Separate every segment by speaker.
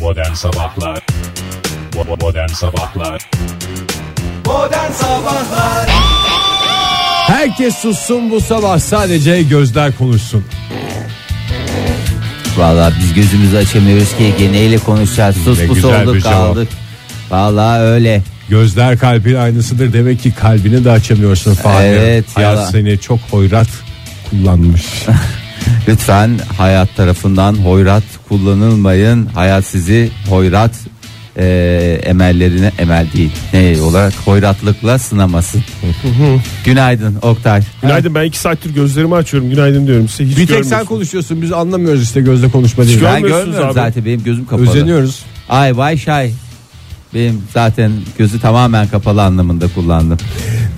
Speaker 1: Modern Sabahlar Bo- Modern Sabahlar
Speaker 2: Herkes sussun bu sabah sadece gözler konuşsun.
Speaker 3: Valla biz gözümüzü açamıyoruz ki geneyle konuşacağız. Sus
Speaker 2: Ne
Speaker 3: pus
Speaker 2: güzel bir
Speaker 3: olduk
Speaker 2: cevap.
Speaker 3: kaldık. Valla öyle.
Speaker 2: Gözler kalbin aynısıdır demek ki kalbini de açamıyorsun Fahri.
Speaker 3: Evet,
Speaker 2: Hayat
Speaker 3: yalan.
Speaker 2: seni çok hoyrat kullanmış.
Speaker 3: Lütfen hayat tarafından hoyrat kullanılmayın. Hayat sizi hoyrat e, emellerine emel değil. Ne olarak hoyratlıkla sınamasın. Günaydın Oktay.
Speaker 4: Günaydın ben iki saattir gözlerimi açıyorum. Günaydın diyorum size. Hiç
Speaker 2: bir tek sen
Speaker 4: görmüyorsunuz.
Speaker 2: konuşuyorsun biz anlamıyoruz işte gözle konuşma diye.
Speaker 3: Ben
Speaker 4: görmüyorsunuz
Speaker 3: görmüyorum
Speaker 4: abi.
Speaker 3: zaten benim gözüm kapalı.
Speaker 2: Özeniyoruz.
Speaker 3: Ay vay şay. Benim zaten gözü tamamen kapalı anlamında kullandım.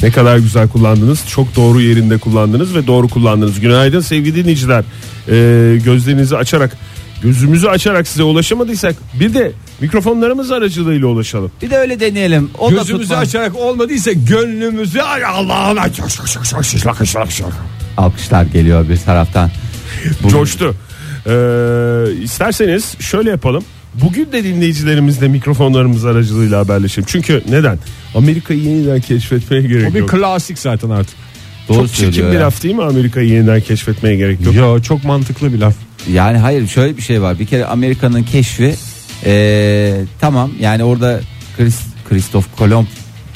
Speaker 4: Ne kadar güzel kullandınız. Çok doğru yerinde kullandınız ve doğru kullandınız. Günaydın sevgili dinleyiciler. Ee, gözlerinizi açarak, gözümüzü açarak size ulaşamadıysak bir de mikrofonlarımız aracılığıyla ulaşalım.
Speaker 3: Bir de öyle deneyelim. O da
Speaker 2: Gözümüzü
Speaker 3: tutmaz.
Speaker 2: açarak olmadıysa gönlümüzü ay Allah'ım ay şak şak şak şak şak şak şak.
Speaker 3: Alkışlar geliyor bir taraftan.
Speaker 4: Coştu. Ee, isterseniz şöyle yapalım. Bugün de dinleyicilerimizle mikrofonlarımız aracılığıyla haberleşelim. Çünkü neden? Amerika'yı yeniden keşfetmeye
Speaker 2: O
Speaker 4: gerek
Speaker 2: bir
Speaker 4: yok.
Speaker 2: klasik zaten artık.
Speaker 3: Doğru
Speaker 4: Çok çirkin
Speaker 3: söylüyor
Speaker 4: bir
Speaker 3: ya.
Speaker 4: laf değil mi Amerika'yı yeniden keşfetmeye gerek yok?
Speaker 2: Yo çok mantıklı bir laf.
Speaker 3: Yani hayır şöyle bir şey var. Bir kere Amerika'nın keşfi eee, tamam yani orada Chris, Christoph Kolomb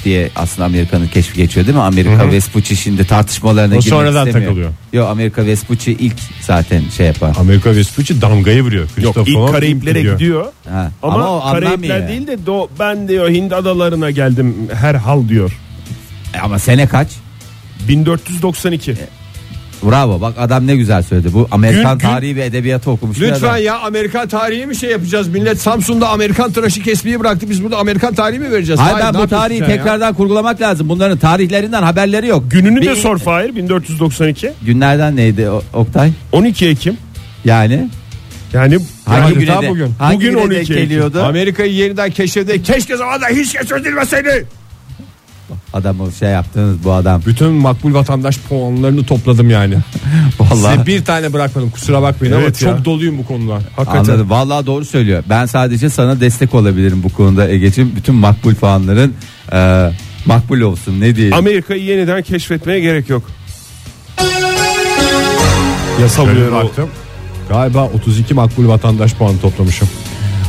Speaker 3: diye aslında Amerika'nın keşfi geçiyor değil mi? Amerika Vespucci şimdi tartışmalarına
Speaker 2: O
Speaker 3: girmek
Speaker 2: sonradan
Speaker 3: istemiyor.
Speaker 2: takılıyor.
Speaker 3: Yok Amerika Vespucci ilk zaten şey yapar.
Speaker 2: Amerika Vespucci damgayı vuruyor.
Speaker 4: Yok
Speaker 2: Christoph
Speaker 4: ilk
Speaker 2: Kolomb
Speaker 4: Karayiplere
Speaker 2: gidiyor.
Speaker 4: gidiyor.
Speaker 3: Ha,
Speaker 4: Ama,
Speaker 3: ama o anlam
Speaker 4: Karayipler
Speaker 3: yani.
Speaker 4: değil de do, ben diyor Hind adalarına geldim herhal diyor.
Speaker 3: E Ama sene kaç?
Speaker 4: 1492.
Speaker 3: E, Bravo bak adam ne güzel söyledi. Bu Amerikan
Speaker 4: Gün- gün-
Speaker 3: tarihi ve edebiyatı okumuş. bir
Speaker 2: Lütfen
Speaker 3: adam.
Speaker 2: ya Amerikan tarihi mi şey yapacağız? Millet Samsun'da Amerikan tıraşı kesmeyi bıraktı. Biz burada Amerikan tarihi mi vereceğiz?
Speaker 3: Hayır,
Speaker 2: Hayır,
Speaker 3: ben
Speaker 2: ne
Speaker 3: bu
Speaker 2: yapıyorsun
Speaker 3: tarihi
Speaker 2: sen ya?
Speaker 3: tekrardan kurgulamak lazım. Bunların tarihlerinden haberleri yok.
Speaker 4: Gününü
Speaker 3: Bir-
Speaker 4: de sor Fahir 1492.
Speaker 3: Günlerden neydi o- Oktay?
Speaker 4: 12 Ekim.
Speaker 3: Yani
Speaker 4: Yani
Speaker 3: hangi
Speaker 2: Yani
Speaker 3: güne
Speaker 2: tam
Speaker 3: de,
Speaker 2: bugün.
Speaker 3: hangi
Speaker 4: Bugün
Speaker 3: güne
Speaker 4: 12
Speaker 3: denk
Speaker 4: Ekim.
Speaker 3: geliyordu?
Speaker 2: Amerika'yı yeniden keşfede keşke zamanda hiç keşfedilmeseydi.
Speaker 3: Adamı şey yaptınız bu adam.
Speaker 2: Bütün makbul vatandaş puanlarını topladım yani. Size
Speaker 3: Vallahi
Speaker 2: bir tane bırakmadım kusura bakmayın
Speaker 4: Evet
Speaker 2: ama
Speaker 4: ya.
Speaker 2: çok doluyum bu konuda. Hakikaten.
Speaker 3: anladım. Vallahi doğru söylüyor. Ben sadece sana destek olabilirim bu konuda Ege'ciğim. Bütün makbul puanların e, makbul olsun ne diyelim.
Speaker 4: Amerika'yı yeniden keşfetmeye gerek yok. Yasal
Speaker 2: Şöyle
Speaker 4: uyarı o.
Speaker 2: baktım. Galiba 32 makbul vatandaş puanı toplamışım.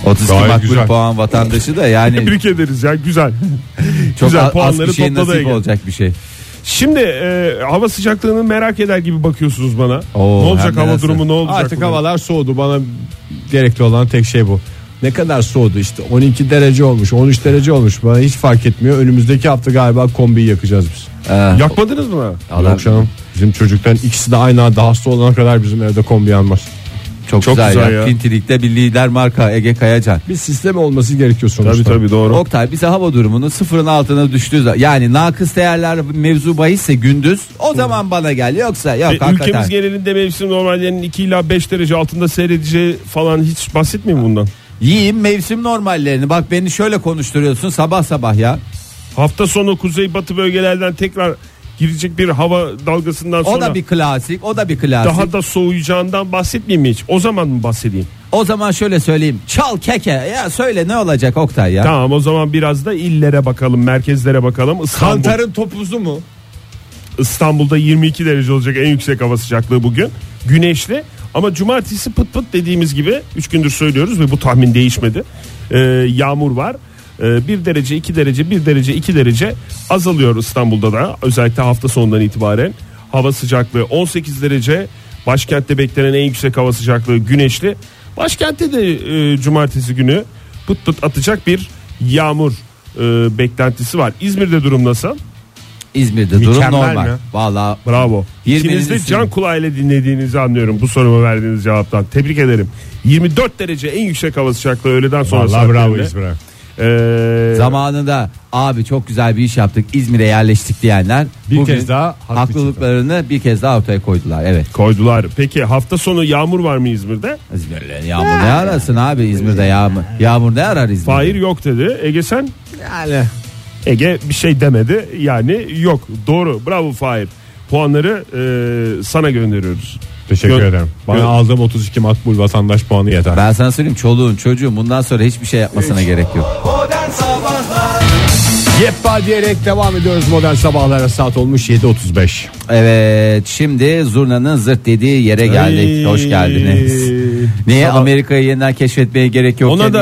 Speaker 3: 32
Speaker 2: gayet
Speaker 3: makbul
Speaker 2: güzel.
Speaker 3: puan vatandaşı da yani
Speaker 4: Tebrik ederiz ya güzel.
Speaker 3: çok
Speaker 4: güzel,
Speaker 3: az- az
Speaker 4: puanları
Speaker 3: bir şey
Speaker 4: topladı
Speaker 3: nasip
Speaker 4: Ege.
Speaker 3: olacak bir şey.
Speaker 4: Şimdi e, hava sıcaklığını merak eder gibi bakıyorsunuz bana.
Speaker 3: Oo,
Speaker 4: ne
Speaker 3: hem
Speaker 4: olacak
Speaker 3: de
Speaker 4: hava
Speaker 3: nasıl.
Speaker 4: durumu ne olacak?
Speaker 2: Artık
Speaker 4: bugün?
Speaker 2: havalar soğudu bana gerekli olan tek şey bu. Ne kadar soğudu işte 12 derece olmuş 13 derece olmuş bana hiç fark etmiyor. Önümüzdeki hafta galiba kombiyi yakacağız biz.
Speaker 3: E,
Speaker 4: Yakmadınız mı?
Speaker 3: adam
Speaker 2: Yok canım bizim çocuktan ikisi de aynı anda hasta olana kadar bizim evde kombi yanmaz.
Speaker 3: çok,
Speaker 4: çok
Speaker 3: güzel,
Speaker 4: güzel
Speaker 3: ya.
Speaker 4: ya.
Speaker 3: Pintilikte bir lider marka Ege Kayacan.
Speaker 2: Bir sistem olması gerekiyor sonuçta.
Speaker 4: Tabii tabii doğru.
Speaker 3: Oktay bize hava durumunu sıfırın altına düştüğü zaman yani nakıs değerler mevzu bahisse gündüz o zaman bana gel yoksa yok
Speaker 4: E,
Speaker 3: hakikaten.
Speaker 4: Ülkemiz genelinde mevsim normallerinin 2 ila 5 derece altında seyredeceği falan hiç bahsetmeyeyim bundan.
Speaker 3: Yiyin mevsim normallerini. Bak beni şöyle konuşturuyorsun sabah sabah ya.
Speaker 4: Hafta sonu kuzey batı bölgelerden tekrar girecek bir hava dalgasından
Speaker 3: O
Speaker 4: sonra
Speaker 3: da bir klasik, o da bir klasik.
Speaker 4: daha da soğuyacağından bahsetmeyeyim mi hiç? O zaman mı bahsedeyim?
Speaker 3: O zaman şöyle söyleyeyim. Çal keke. Ya söyle ne olacak Oktay ya?
Speaker 4: Tamam o zaman biraz da illere bakalım, merkezlere bakalım. İstanbul,
Speaker 2: Kantarın topuzu mu?
Speaker 4: İstanbul'da 22 derece olacak en yüksek hava sıcaklığı bugün. Güneşli ama cumartesi pıt pıt dediğimiz gibi 3 gündür söylüyoruz ve bu tahmin değişmedi. Ee, yağmur var. 1 derece 2 derece 1 derece 2 derece azalıyor İstanbul'da da özellikle hafta sonundan itibaren hava sıcaklığı 18 derece başkentte beklenen en yüksek hava sıcaklığı güneşli başkentte de e, cumartesi günü pıt pıt atacak bir yağmur e, beklentisi var İzmir'de durum nasıl?
Speaker 3: İzmir'de durum
Speaker 4: Mükemmel
Speaker 3: normal.
Speaker 4: mi?
Speaker 3: Vallahi
Speaker 4: Bravo.
Speaker 3: 20'nin
Speaker 4: İkiniz de
Speaker 3: üstünde.
Speaker 4: can kulağıyla dinlediğinizi anlıyorum bu soruma verdiğiniz cevaptan. Tebrik ederim. 24 derece en yüksek hava sıcaklığı öğleden sonra
Speaker 2: Vallahi bravo
Speaker 4: saatlerinde.
Speaker 2: İzmir'e.
Speaker 4: Ee,
Speaker 3: zamanında abi çok güzel bir iş yaptık. İzmir'e yerleştik diyenler
Speaker 2: Bir
Speaker 3: bugün
Speaker 2: kez daha haklı
Speaker 3: haklılıklarını bir kez daha ortaya koydular. Evet.
Speaker 4: koydular. Peki hafta sonu yağmur var mı İzmir'de?
Speaker 3: İzmir'le yağmur
Speaker 4: Ee.
Speaker 3: ne arasın abi İzmir'de yağmur. Yağmur ne arar İzmir'de?
Speaker 4: Hayır yok dedi. Ege sen?
Speaker 2: Yani
Speaker 4: Ege bir şey demedi. Yani yok. Doğru. Bravo Fahir. Puanları e, sana gönderiyoruz.
Speaker 2: Teşekkür
Speaker 4: Gö-
Speaker 2: ederim. Bana
Speaker 4: gö-
Speaker 2: aldığım 32 makbul vatandaş puanı yeter.
Speaker 3: Ben sana söyleyeyim çoluğun çocuğun bundan sonra hiçbir şey yapmasına gerek yok.
Speaker 2: Yeppa diyerek devam ediyoruz modern sabahlara saat olmuş 7.35.
Speaker 3: Evet şimdi zurnanın zırt dediği yere geldik. Hoş geldiniz.
Speaker 4: Ee,
Speaker 3: Niye Amerika'yı yeniden keşfetmeye gerek yok?
Speaker 4: Ona da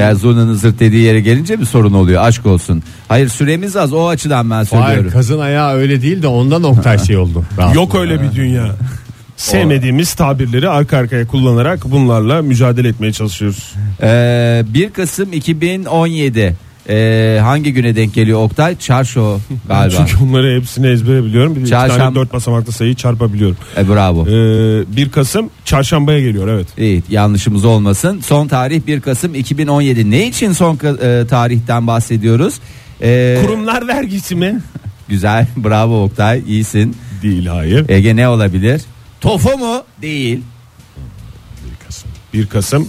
Speaker 3: Ya zurnanın zırt dediği yere gelince bir sorun oluyor aşk olsun. Hayır süremiz az o açıdan ben
Speaker 2: Hayır
Speaker 3: söylüyorum.
Speaker 2: kazın ayağı öyle değil de ondan Oktay şey oldu. Rahatsız.
Speaker 4: Yok öyle bir dünya. Sevmediğimiz tabirleri arka arkaya kullanarak bunlarla mücadele etmeye çalışıyoruz.
Speaker 3: Ee, 1 Kasım 2017 ee, hangi güne denk geliyor Oktay? Çarşo galiba.
Speaker 4: Çünkü onları hepsini ezbere biliyorum. Bir
Speaker 3: Çarşamba-
Speaker 4: tane dört basamaklı sayıyı çarpabiliyorum.
Speaker 3: E, bravo.
Speaker 4: Ee, 1 Kasım çarşambaya geliyor evet.
Speaker 3: Evet yanlışımız olmasın. Son tarih 1 Kasım 2017. Ne için son ka- e, tarihten bahsediyoruz? Ee,
Speaker 4: Kurumlar vergisi mi?
Speaker 3: Güzel bravo Oktay iyisin.
Speaker 4: Değil hayır.
Speaker 3: Ege ne olabilir? Tofu mu? Değil.
Speaker 4: 1 Kasım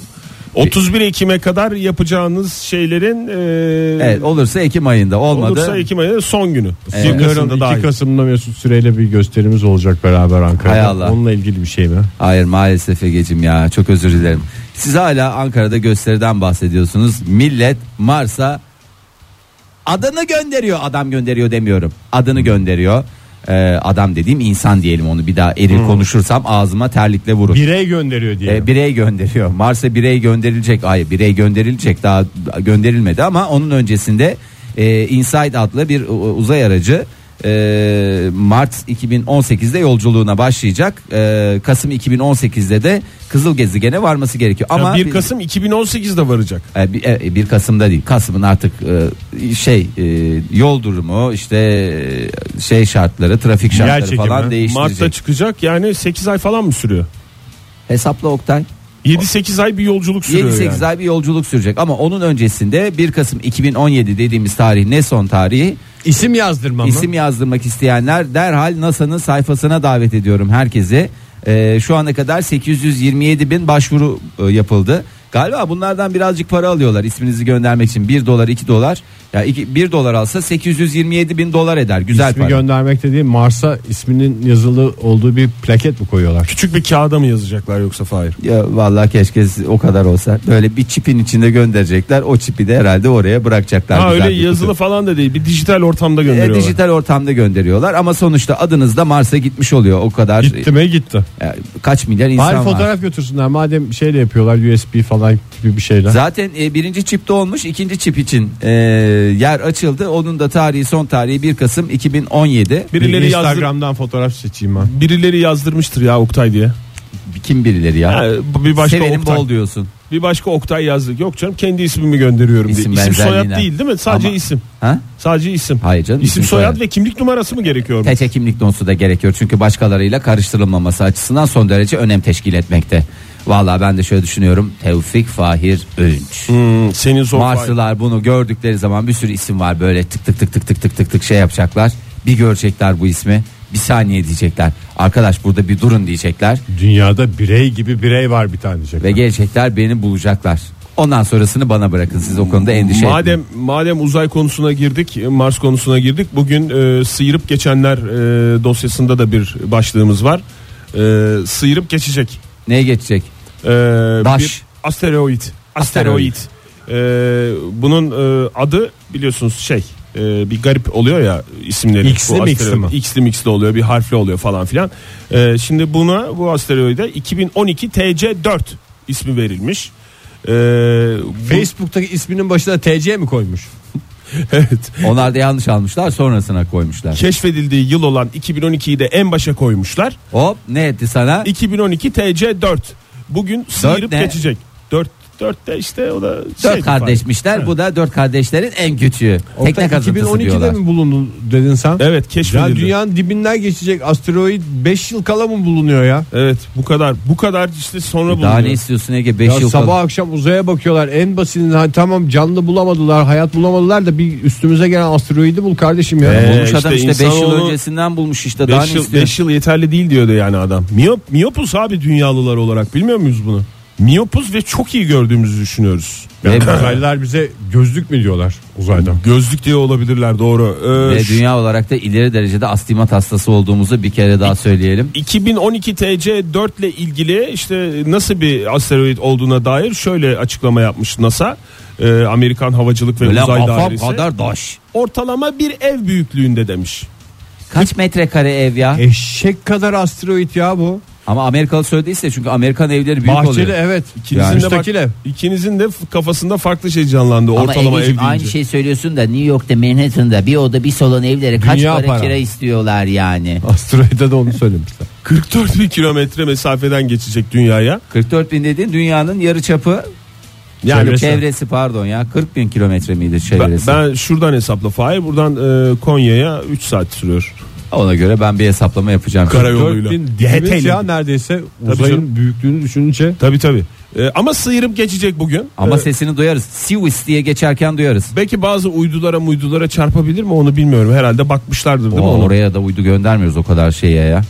Speaker 4: 31 Ekim'e kadar yapacağınız şeylerin e,
Speaker 3: Evet olursa Ekim ayında olmadı.
Speaker 4: olursa Ekim ayının son günü. 1
Speaker 2: Sanıyorum
Speaker 4: Kasım'da
Speaker 2: 2
Speaker 4: dahil.
Speaker 2: Kasım'da Mesut Süreyle bir gösterimiz olacak beraber Ankara'da.
Speaker 3: Hay Allah.
Speaker 2: Onunla ilgili bir şey mi?
Speaker 3: Hayır maalesef Ege'cim ya çok özür dilerim. Siz hala Ankara'da gösteriden bahsediyorsunuz. Millet Mars'a adını gönderiyor adam gönderiyor demiyorum. Adını gönderiyor. Ee, adam dediğim insan diyelim onu bir daha
Speaker 4: Hmm.
Speaker 3: eril konuşursam ağzıma terlikle vurur.
Speaker 2: Birey gönderiyor diye.
Speaker 3: Ee, birey gönderiyor. Mars'a birey gönderilecek. Hayır birey gönderilecek daha gönderilmedi ama onun öncesinde e, Inside adlı bir u- uzay aracı e, Mart 2018'de yolculuğuna başlayacak. E, Kasım 2018'de de Kızıl Gezegen'e varması gerekiyor. Ama
Speaker 4: Ya 1
Speaker 3: biz-
Speaker 4: Kasım 2018'de varacak.
Speaker 3: e, bir- e, bir Kasım'da değil. Kasım'ın artık e, şey e, yol durumu işte e, şey şartları, trafik şartları
Speaker 2: çekimi.
Speaker 3: falan değiştirecek.
Speaker 4: Mart'ta çıkacak yani 8 ay falan mı sürüyor?
Speaker 3: Hesapla Oktay.
Speaker 4: 7-8 ay bir yolculuk sürüyor
Speaker 3: 7-8
Speaker 4: yani.
Speaker 3: ay bir yolculuk sürecek ama onun öncesinde 1 Kasım 2017 dediğimiz tarih ne son tarihi?
Speaker 2: İsim yazdırma mı?
Speaker 3: İsim yazdırmak isteyenler derhal NASA'nın sayfasına davet ediyorum herkese. Ee, şu ana kadar 827 bin başvuru e, yapıldı. Galiba bunlardan birazcık para alıyorlar isminizi göndermek için 1 dolar 2 dolar. Ya iki 1 dolar alsa 827 bin dolar eder güzel
Speaker 2: İsmi
Speaker 3: para.
Speaker 2: göndermek dediğim Mars'a isminin yazılı olduğu bir plaket mi koyuyorlar?
Speaker 4: Küçük bir kağıda mı yazacaklar yoksa Fahir?
Speaker 3: Ya vallahi keşke o kadar olsa. Böyle bir çipin içinde gönderecekler. O çipi de herhalde oraya bırakacaklar.
Speaker 4: Ha
Speaker 3: güzel
Speaker 4: öyle
Speaker 3: bir kutu.
Speaker 4: yazılı falan da değil. Bir dijital ortamda
Speaker 3: E,
Speaker 4: gönderiyorlar.
Speaker 3: dijital ortamda gönderiyorlar ama sonuçta adınız da Mars'a gitmiş oluyor o kadar
Speaker 2: Gitti mi gitti.
Speaker 3: e, kaç milyar
Speaker 2: Bari
Speaker 3: insan var.
Speaker 2: fotoğraf götürsünler madem şeyle yapıyorlar USB falan gibi bir şeyler.
Speaker 3: Zaten e, birinci çipte olmuş ikinci çip için e, yer açıldı onun da tarihi son tarihi 1 Kasım 2017
Speaker 4: Birileri, yazdır,
Speaker 2: Instagram'dan fotoğraf seçeyim ben.
Speaker 4: birileri yazdırmıştır ya Oktay diye.
Speaker 3: kim birileri ya
Speaker 4: Ha, bu bir başka
Speaker 3: sevenin
Speaker 4: Oktay.
Speaker 3: bol diyorsun
Speaker 4: Bir başka Oktay yazdık. Yok canım kendi ismimi gönderiyorum
Speaker 3: İsim
Speaker 4: diye. İsim soyad
Speaker 3: benzerliğine.
Speaker 4: değil değil mi? Sadece
Speaker 3: Ama-
Speaker 4: isim.
Speaker 3: ha
Speaker 4: Sadece isim.
Speaker 3: Hayır canım, isim,
Speaker 4: İsim, soyad,
Speaker 3: soyad.
Speaker 4: ve kimlik numarası mı gerekiyor?
Speaker 3: TC kimlik donusu da gerekiyor çünkü başkalarıyla karıştırılmaması açısından son derece önem teşkil etmekte Vallahi ben de şöyle düşünüyorum Tevfik Fahir Öğünç
Speaker 4: Hmm, senin zor
Speaker 3: Marslılar bunu gördükleri zaman bir sürü isim var böyle tık tık tık tık tık tık tık tık şey yapacaklar. Bir görecekler bu ismi. Bir saniye diyecekler. Arkadaş burada bir durun diyecekler
Speaker 2: Dünyada birey gibi birey var bir tane diyecek.
Speaker 3: ve gelecekler beni bulacaklar. Ondan sonrasını bana bırakın siz o konuda endişe etmeyin.
Speaker 4: Madem madem uzay konusuna girdik, Mars konusuna girdik. Bugün e, sıyırıp geçenler e, dosyasında da bir başlığımız var. E, sıyırıp geçecek.
Speaker 3: Neye geçecek?
Speaker 4: E,
Speaker 3: Daş.
Speaker 4: Bir asteroid. Asteroid.
Speaker 3: Asteroid.
Speaker 4: E, bunun e, adı biliyorsunuz şey e, bir garip oluyor ya isimleri.
Speaker 2: X'li
Speaker 4: Bu
Speaker 2: mi, X'li
Speaker 4: asteroid.
Speaker 2: mi?
Speaker 4: X'li mi, X'li oluyor bir harfli oluyor falan filan. E, şimdi buna bu asteroide 2012 TC4 ismi verilmiş. E, bu-
Speaker 2: Facebook'taki isminin başına TC mi koymuş?
Speaker 4: evet.
Speaker 3: Onlar da yanlış almışlar sonrasına koymuşlar.
Speaker 4: keşfedildiği yıl olan 2012'yi de en başa koymuşlar.
Speaker 3: Hop ne etti sana?
Speaker 4: 2012 TC4. Bugün sıyırıp
Speaker 3: ne?
Speaker 4: geçecek. 4 4 de işte o da şey
Speaker 3: Dört
Speaker 4: şeydi
Speaker 3: kardeşmişler. Bu da dört kardeşlerin en küçüğü. Tekne kazıntısı
Speaker 2: 2012'de
Speaker 3: diyorlar.
Speaker 2: mi bulundu dedin sen?
Speaker 4: falan. Evet
Speaker 2: Ya
Speaker 4: keşfedildi.
Speaker 2: dünyanın dibinden geçecek asteroid 5 yıl kala mı bulunuyor ya?
Speaker 4: Evet bu kadar bu kadar işte sonra
Speaker 3: Daha şey ne
Speaker 4: bulunuyor.
Speaker 3: istiyorsun Ege? Beş
Speaker 2: Ya
Speaker 3: yıl
Speaker 2: sabah
Speaker 3: kal-
Speaker 2: akşam uzaya bakıyorlar. En basitinden ha, tamam canlı bulamadılar, hayat bulamadılar da bir üstümüze gelen asteroidi bul kardeşim ya.
Speaker 4: Ee,
Speaker 3: Bulmuş
Speaker 4: işte
Speaker 3: adam işte 5 yıl
Speaker 4: insanoğlu-
Speaker 3: öncesinden bulmuş işte daha ne
Speaker 4: Beş yıl,
Speaker 3: istiyor?
Speaker 4: beş yıl yeterli değil diyordu yani adam. Miyop, miyopuz abi dünyalılar olarak bilmiyor muyuz bunu? miyopuz ve çok iyi gördüğümüzü düşünüyoruz.
Speaker 3: Ve-
Speaker 4: Yani
Speaker 2: Uzaylılar bize gözlük mü diyorlar uzaydan?
Speaker 4: gözlük diye olabilirler doğru. Ee,
Speaker 3: Ve
Speaker 4: şu-
Speaker 3: dünya olarak da ileri derecede astigmat hastası olduğumuzu bir kere daha söyleyelim.
Speaker 4: 2012 TC 4 ile ilgili işte nasıl bir asteroid olduğuna dair şöyle açıklama yapmış NASA. Ee, Amerikan Havacılık ve
Speaker 3: Böyle
Speaker 4: Uzay
Speaker 3: afam
Speaker 4: Dairesi.
Speaker 3: kadar daş.
Speaker 4: Ortalama bir ev büyüklüğünde demiş.
Speaker 3: Kaç metrekare ev ya?
Speaker 4: E-
Speaker 2: Eşek kadar asteroid ya bu.
Speaker 3: Ama Amerikalı söylediyse çünkü Amerikan evleri büyük
Speaker 2: Bahçeli
Speaker 3: oluyor.
Speaker 2: evet.
Speaker 4: İkinizin de bak-
Speaker 2: müstakil ev.
Speaker 4: İkinizin de f- kafasında farklı şey canlandı.
Speaker 3: Ama
Speaker 4: ortalama ev
Speaker 3: Ege'cim
Speaker 4: deyince.
Speaker 3: aynı şey söylüyorsun da New York'ta Manhattan'da bir oda bir salon evlere kaç
Speaker 2: Dünya
Speaker 3: para,
Speaker 2: para.
Speaker 3: kira istiyorlar yani.
Speaker 2: Asteroide de onu söylemişler.
Speaker 4: 44 bin kilometre mesafeden geçecek dünyaya.
Speaker 3: 44 bin dediğin dünyanın yarı çapı
Speaker 4: Yani
Speaker 3: çevresi. pardon ya 40 bin kilometre miydi
Speaker 4: ben,
Speaker 3: çevresi?
Speaker 4: ben şuradan hesapla Fahir buradan e, Konya'ya 3 saat sürüyor.
Speaker 3: Ona göre ben bir hesaplama yapacağım.
Speaker 4: Karayoluyla.
Speaker 2: 4000
Speaker 4: YHT 'li.
Speaker 2: demet ya neredeyse uzayın
Speaker 4: canım.
Speaker 2: büyüklüğünü düşününce
Speaker 4: Tabii tabii. E, ama sıyırıp geçecek bugün.
Speaker 3: Ama
Speaker 4: E,
Speaker 3: sesini duyarız. Siwis diye geçerken duyarız.
Speaker 4: Belki bazı uydulara uydulara çarpabilir mi onu bilmiyorum. Herhalde bakmışlardır değil mi
Speaker 3: Oo,
Speaker 4: ona?
Speaker 3: oraya da uydu göndermiyoruz o kadar şeye ya.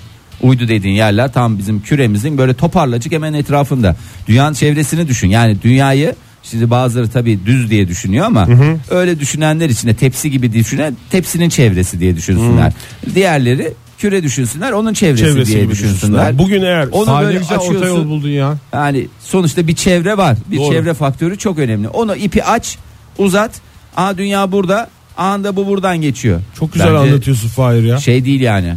Speaker 3: Uydu dediğin yerler tam bizim küremizin böyle toparlacık hemen etrafında. Dünyanın çevresini düşün. Yani dünyayı şimdi bazıları tabii düz diye düşünüyor ama öyle düşünenler için de tepsi gibi düşünen tepsinin çevresi diye düşünsünler. Diğerleri küre düşünsünler onun çevresi,
Speaker 4: Çevresi
Speaker 3: diye
Speaker 4: gibi
Speaker 3: düşünsünler.
Speaker 4: düşünsünler. Bugün eğer
Speaker 3: Onu
Speaker 2: Aa, ne
Speaker 3: böyle
Speaker 2: güzel
Speaker 3: açıyorsun.
Speaker 2: ortayol buldun ya.
Speaker 3: Yani sonuçta bir çevre var. Bir
Speaker 4: Doğru.
Speaker 3: çevre faktörü çok önemli. Onu ipi aç, uzat. Aa dünya burada. Anda bu buradan geçiyor.
Speaker 4: çok güzel
Speaker 3: Bence
Speaker 4: anlatıyorsun Fahir ya.
Speaker 3: Şey değil yani.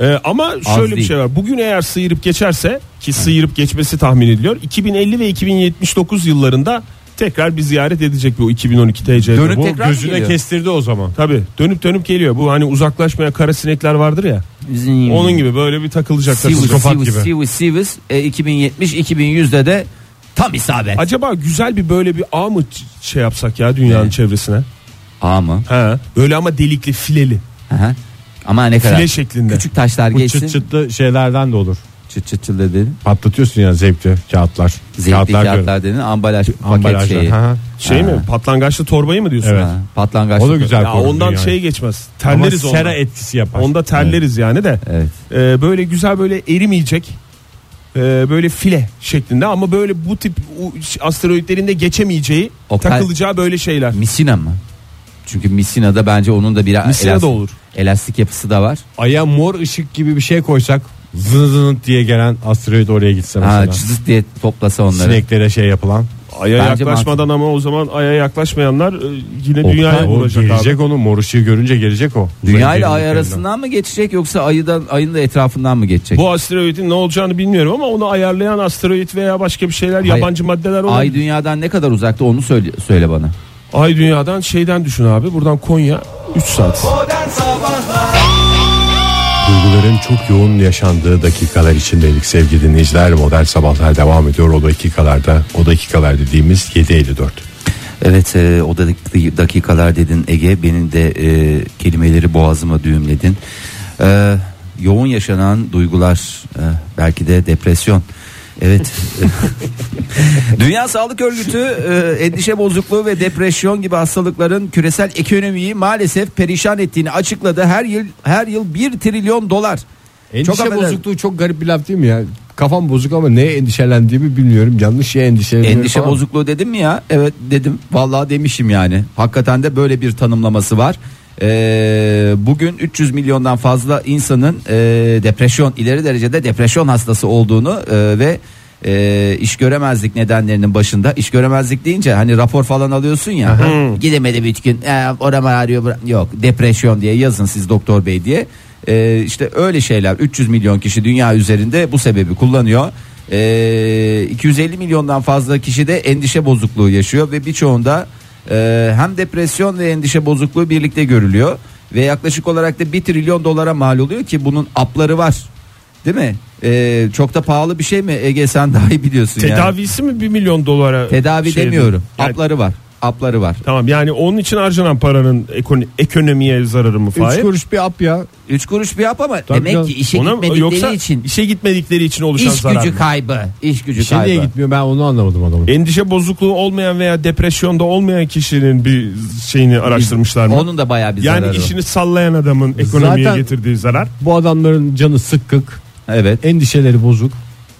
Speaker 4: E, ama şöyle bir
Speaker 3: değil.
Speaker 4: şey var. Bugün eğer sıyırıp geçerse ki sıyırıp geçmesi tahmin ediliyor. 2050 ve 2079 yıllarında tekrar bir ziyaret edecek bu 2012 TC'de.
Speaker 3: Dönüp
Speaker 4: bu
Speaker 3: tekrar mı
Speaker 4: gözüne
Speaker 3: geliyor?
Speaker 4: kes-
Speaker 2: Kestirdi o zaman.
Speaker 4: Tabii dönüp dönüp geliyor. Bu hani uzaklaşmayan kara sinekler vardır ya.
Speaker 3: Hmm.
Speaker 4: Onun gibi böyle bir takılacaklar.
Speaker 3: Sivus,
Speaker 4: psikopat
Speaker 3: Sivus,
Speaker 4: gibi.
Speaker 3: Sivus, Sivus. E, 2070, 2100'de de tam isabet.
Speaker 4: Acaba güzel bir böyle bir ağ mı ç- şey yapsak ya dünyanın
Speaker 3: Ne?
Speaker 4: çevresine?
Speaker 3: A mı?
Speaker 4: He. Böyle ama delikli fileli.
Speaker 3: Aha. Ama ne kadar.
Speaker 4: File şeklinde.
Speaker 3: Küçük taşlar
Speaker 2: Bu
Speaker 3: geçsin.
Speaker 2: çıt
Speaker 3: Çıt
Speaker 2: çıtlı şeylerden de olur.
Speaker 3: çıt, çıt, dedin.
Speaker 2: Patlatıyorsun ya zevkli kağıtlar.
Speaker 3: Zevkli kağıtlar, dedin. Ambalaj, paket
Speaker 2: Ambalajlar.
Speaker 3: şeyi.
Speaker 2: Hı hı.
Speaker 4: Şey mi? Patlangaçlı torbayı mı diyorsun?
Speaker 2: Evet.
Speaker 3: Ha, patlangaç.
Speaker 2: O da güzel.
Speaker 4: Ya
Speaker 2: korundu
Speaker 4: ondan
Speaker 2: yani.
Speaker 4: şey geçmez.
Speaker 2: Ama
Speaker 4: Terleriz
Speaker 2: sera
Speaker 4: ondan.
Speaker 2: etkisi yapar.
Speaker 4: Onda terleriz yani de.
Speaker 3: Evet.
Speaker 4: Ee, böyle güzel böyle erimeyecek. ee, böyle file şeklinde ama böyle bu tip u- asteroidlerin de geçemeyeceği,
Speaker 3: O kal-
Speaker 4: takılacağı böyle şeyler.
Speaker 3: Misina mı? Çünkü Misina da bence onun da bir
Speaker 4: Misina da olur.
Speaker 3: elastik yapısı da var.
Speaker 2: Aya mor ışık gibi bir şey koysak zın zın diye gelen asteroid oraya gitse
Speaker 3: Ha,
Speaker 2: mesela.
Speaker 3: cızıt diye toplasa onları.
Speaker 2: Sineklere şey yapılan.
Speaker 4: Aya
Speaker 3: Bence
Speaker 4: yaklaşmadan
Speaker 3: mantıklı.
Speaker 4: ama o zaman aya yaklaşmayanlar e, yine
Speaker 2: O-
Speaker 4: dünyaya
Speaker 2: o
Speaker 4: vuracak abi.
Speaker 2: gelecek onu mor ışığı görünce gelecek o.
Speaker 3: Dünya
Speaker 2: Uzay
Speaker 3: ile ay
Speaker 2: derinliklerinden.
Speaker 3: arasından mı geçecek yoksa ayıdan ayın da etrafından mı geçecek?
Speaker 4: Bu asteroidin ne olacağını bilmiyorum ama onu ayarlayan asteroid veya başka bir şeyler yabancı maddeler olur.
Speaker 3: Ay
Speaker 4: Ay,
Speaker 3: dünyadan ne kadar uzakta onu söyle, söyle bana.
Speaker 4: dünyadan şeyden düşün abi. Buradan Konya 3 saat.
Speaker 2: Duyguların çok yoğun yaşandığı dakikalar içindeydik sevgili dinleyiciler. Modern Sabahlar devam ediyor o dakikalarda. O dakikalar dediğimiz 7.54.
Speaker 3: Evet e, o da dak- dakikalar dedin Ege benim de e, kelimeleri boğazıma düğümledin. E, yoğun yaşanan duygular e, belki de depresyon. Evet. Dünya Sağlık Örgütü e, endişe bozukluğu ve depresyon gibi hastalıkların küresel ekonomiyi maalesef perişan ettiğini açıkladı. Her yıl her yıl 1 trilyon dolar.
Speaker 2: Endişe
Speaker 3: affedersin.
Speaker 2: bozukluğu çok garip bir laf değil mi ya? Kafam bozuk ama neye endişelendiğimi bilmiyorum. Yanlış şeye endişeleniyorum.
Speaker 3: Endişe
Speaker 2: Şey falan.
Speaker 3: bozukluğu dedim mi ya? Evet dedim. Vallahi demişim yani. Hakikaten de böyle bir tanımlaması var. Ee, bugün 300 milyondan fazla insanın e, depresyon ileri derecede depresyon hastası olduğunu e, ve e, iş göremezlik nedenlerinin başında iş göremezlik deyince hani rapor falan alıyorsun ya gidemedi bir gün e, oram ağrıyor bura- yok depresyon diye yazın siz doktor bey diye E, işte öyle şeyler 300 milyon kişi dünya üzerinde bu sebebi kullanıyor ee, 250 milyondan fazla kişi de endişe bozukluğu yaşıyor ve birçoğunda e, hem depresyon ve endişe bozukluğu birlikte görülüyor ve yaklaşık olarak da 1 trilyon dolara mal oluyor ki bunun apları var. Değil mi? Ee, çok da pahalı bir şey mi Ege sen daha iyi biliyorsun yani.
Speaker 4: Tedavisi mi 1 milyon dolara?
Speaker 3: Tedavi
Speaker 4: şey-
Speaker 3: demiyorum.
Speaker 4: Yani-
Speaker 3: Apları var. Apları var.
Speaker 4: Tamam yani onun için harcanan paranın ekon- ekonomiye zararı mı
Speaker 2: Üç
Speaker 4: Fahir?
Speaker 2: kuruş bir ap ya.
Speaker 3: 3 kuruş bir yap ama
Speaker 2: Tabii
Speaker 3: demek
Speaker 2: canım.
Speaker 3: ki işe
Speaker 4: Ona mı-
Speaker 3: şey gitmedikleri
Speaker 4: yoksa
Speaker 3: için
Speaker 4: işe gitmedikleri için oluşan
Speaker 3: iş
Speaker 4: zarar
Speaker 3: gücü
Speaker 4: mı?
Speaker 3: kaybı, iş gücü
Speaker 2: İşe Şey niye
Speaker 3: kaybı.
Speaker 2: gitmiyor ben onu anlamadım adamı.
Speaker 4: Endişe bozukluğu olmayan veya depresyonda olmayan kişinin bir şeyini araştırmışlar mı?
Speaker 3: Onun da bayağı bir zararı.
Speaker 4: yani
Speaker 3: var.
Speaker 4: işini sallayan adamın ekonomiye
Speaker 2: Zaten-
Speaker 4: getirdiği zarar.
Speaker 2: Bu adamların canı sıkkık.
Speaker 3: Evet.
Speaker 2: Endişeleri bozuk.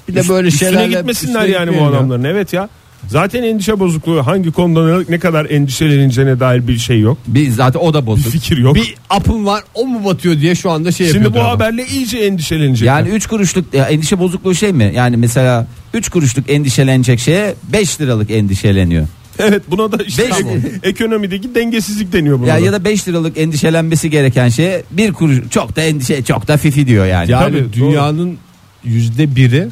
Speaker 2: Bir de böyle
Speaker 4: Üstüne
Speaker 2: şeylerle
Speaker 4: gitmesinler
Speaker 2: üstüne
Speaker 4: yani bu
Speaker 2: gitmeyelim ya.
Speaker 4: adamların. Evet ya. Zaten endişe bozukluğu hangi konuda ne- ne kadar endişeleneceğine dair bir şey yok.
Speaker 3: Bir zaten o da bozuk.
Speaker 4: Fikir yok.
Speaker 2: Bir apım var o mu batıyor diye şu anda şey
Speaker 4: Şimdi
Speaker 2: yapıyor.
Speaker 4: bu haberle iyice endişelenecek.
Speaker 3: Yani 3 kuruşluk ya endişe bozukluğu şey mi? Yani mesela 3 kuruşluk endişelenecek şeye 5 liralık endişeleniyor.
Speaker 4: evet buna da işte
Speaker 3: Beş-
Speaker 4: ek- ekonomideki dengesizlik deniyor buna.
Speaker 3: Ya
Speaker 4: da.
Speaker 3: ya da 5 liralık endişelenmesi gereken şeye 1 kuruş çok da endişe çok da fifi diyor yani.
Speaker 2: Yani
Speaker 4: Tabii,
Speaker 2: dünyanın yüzde biri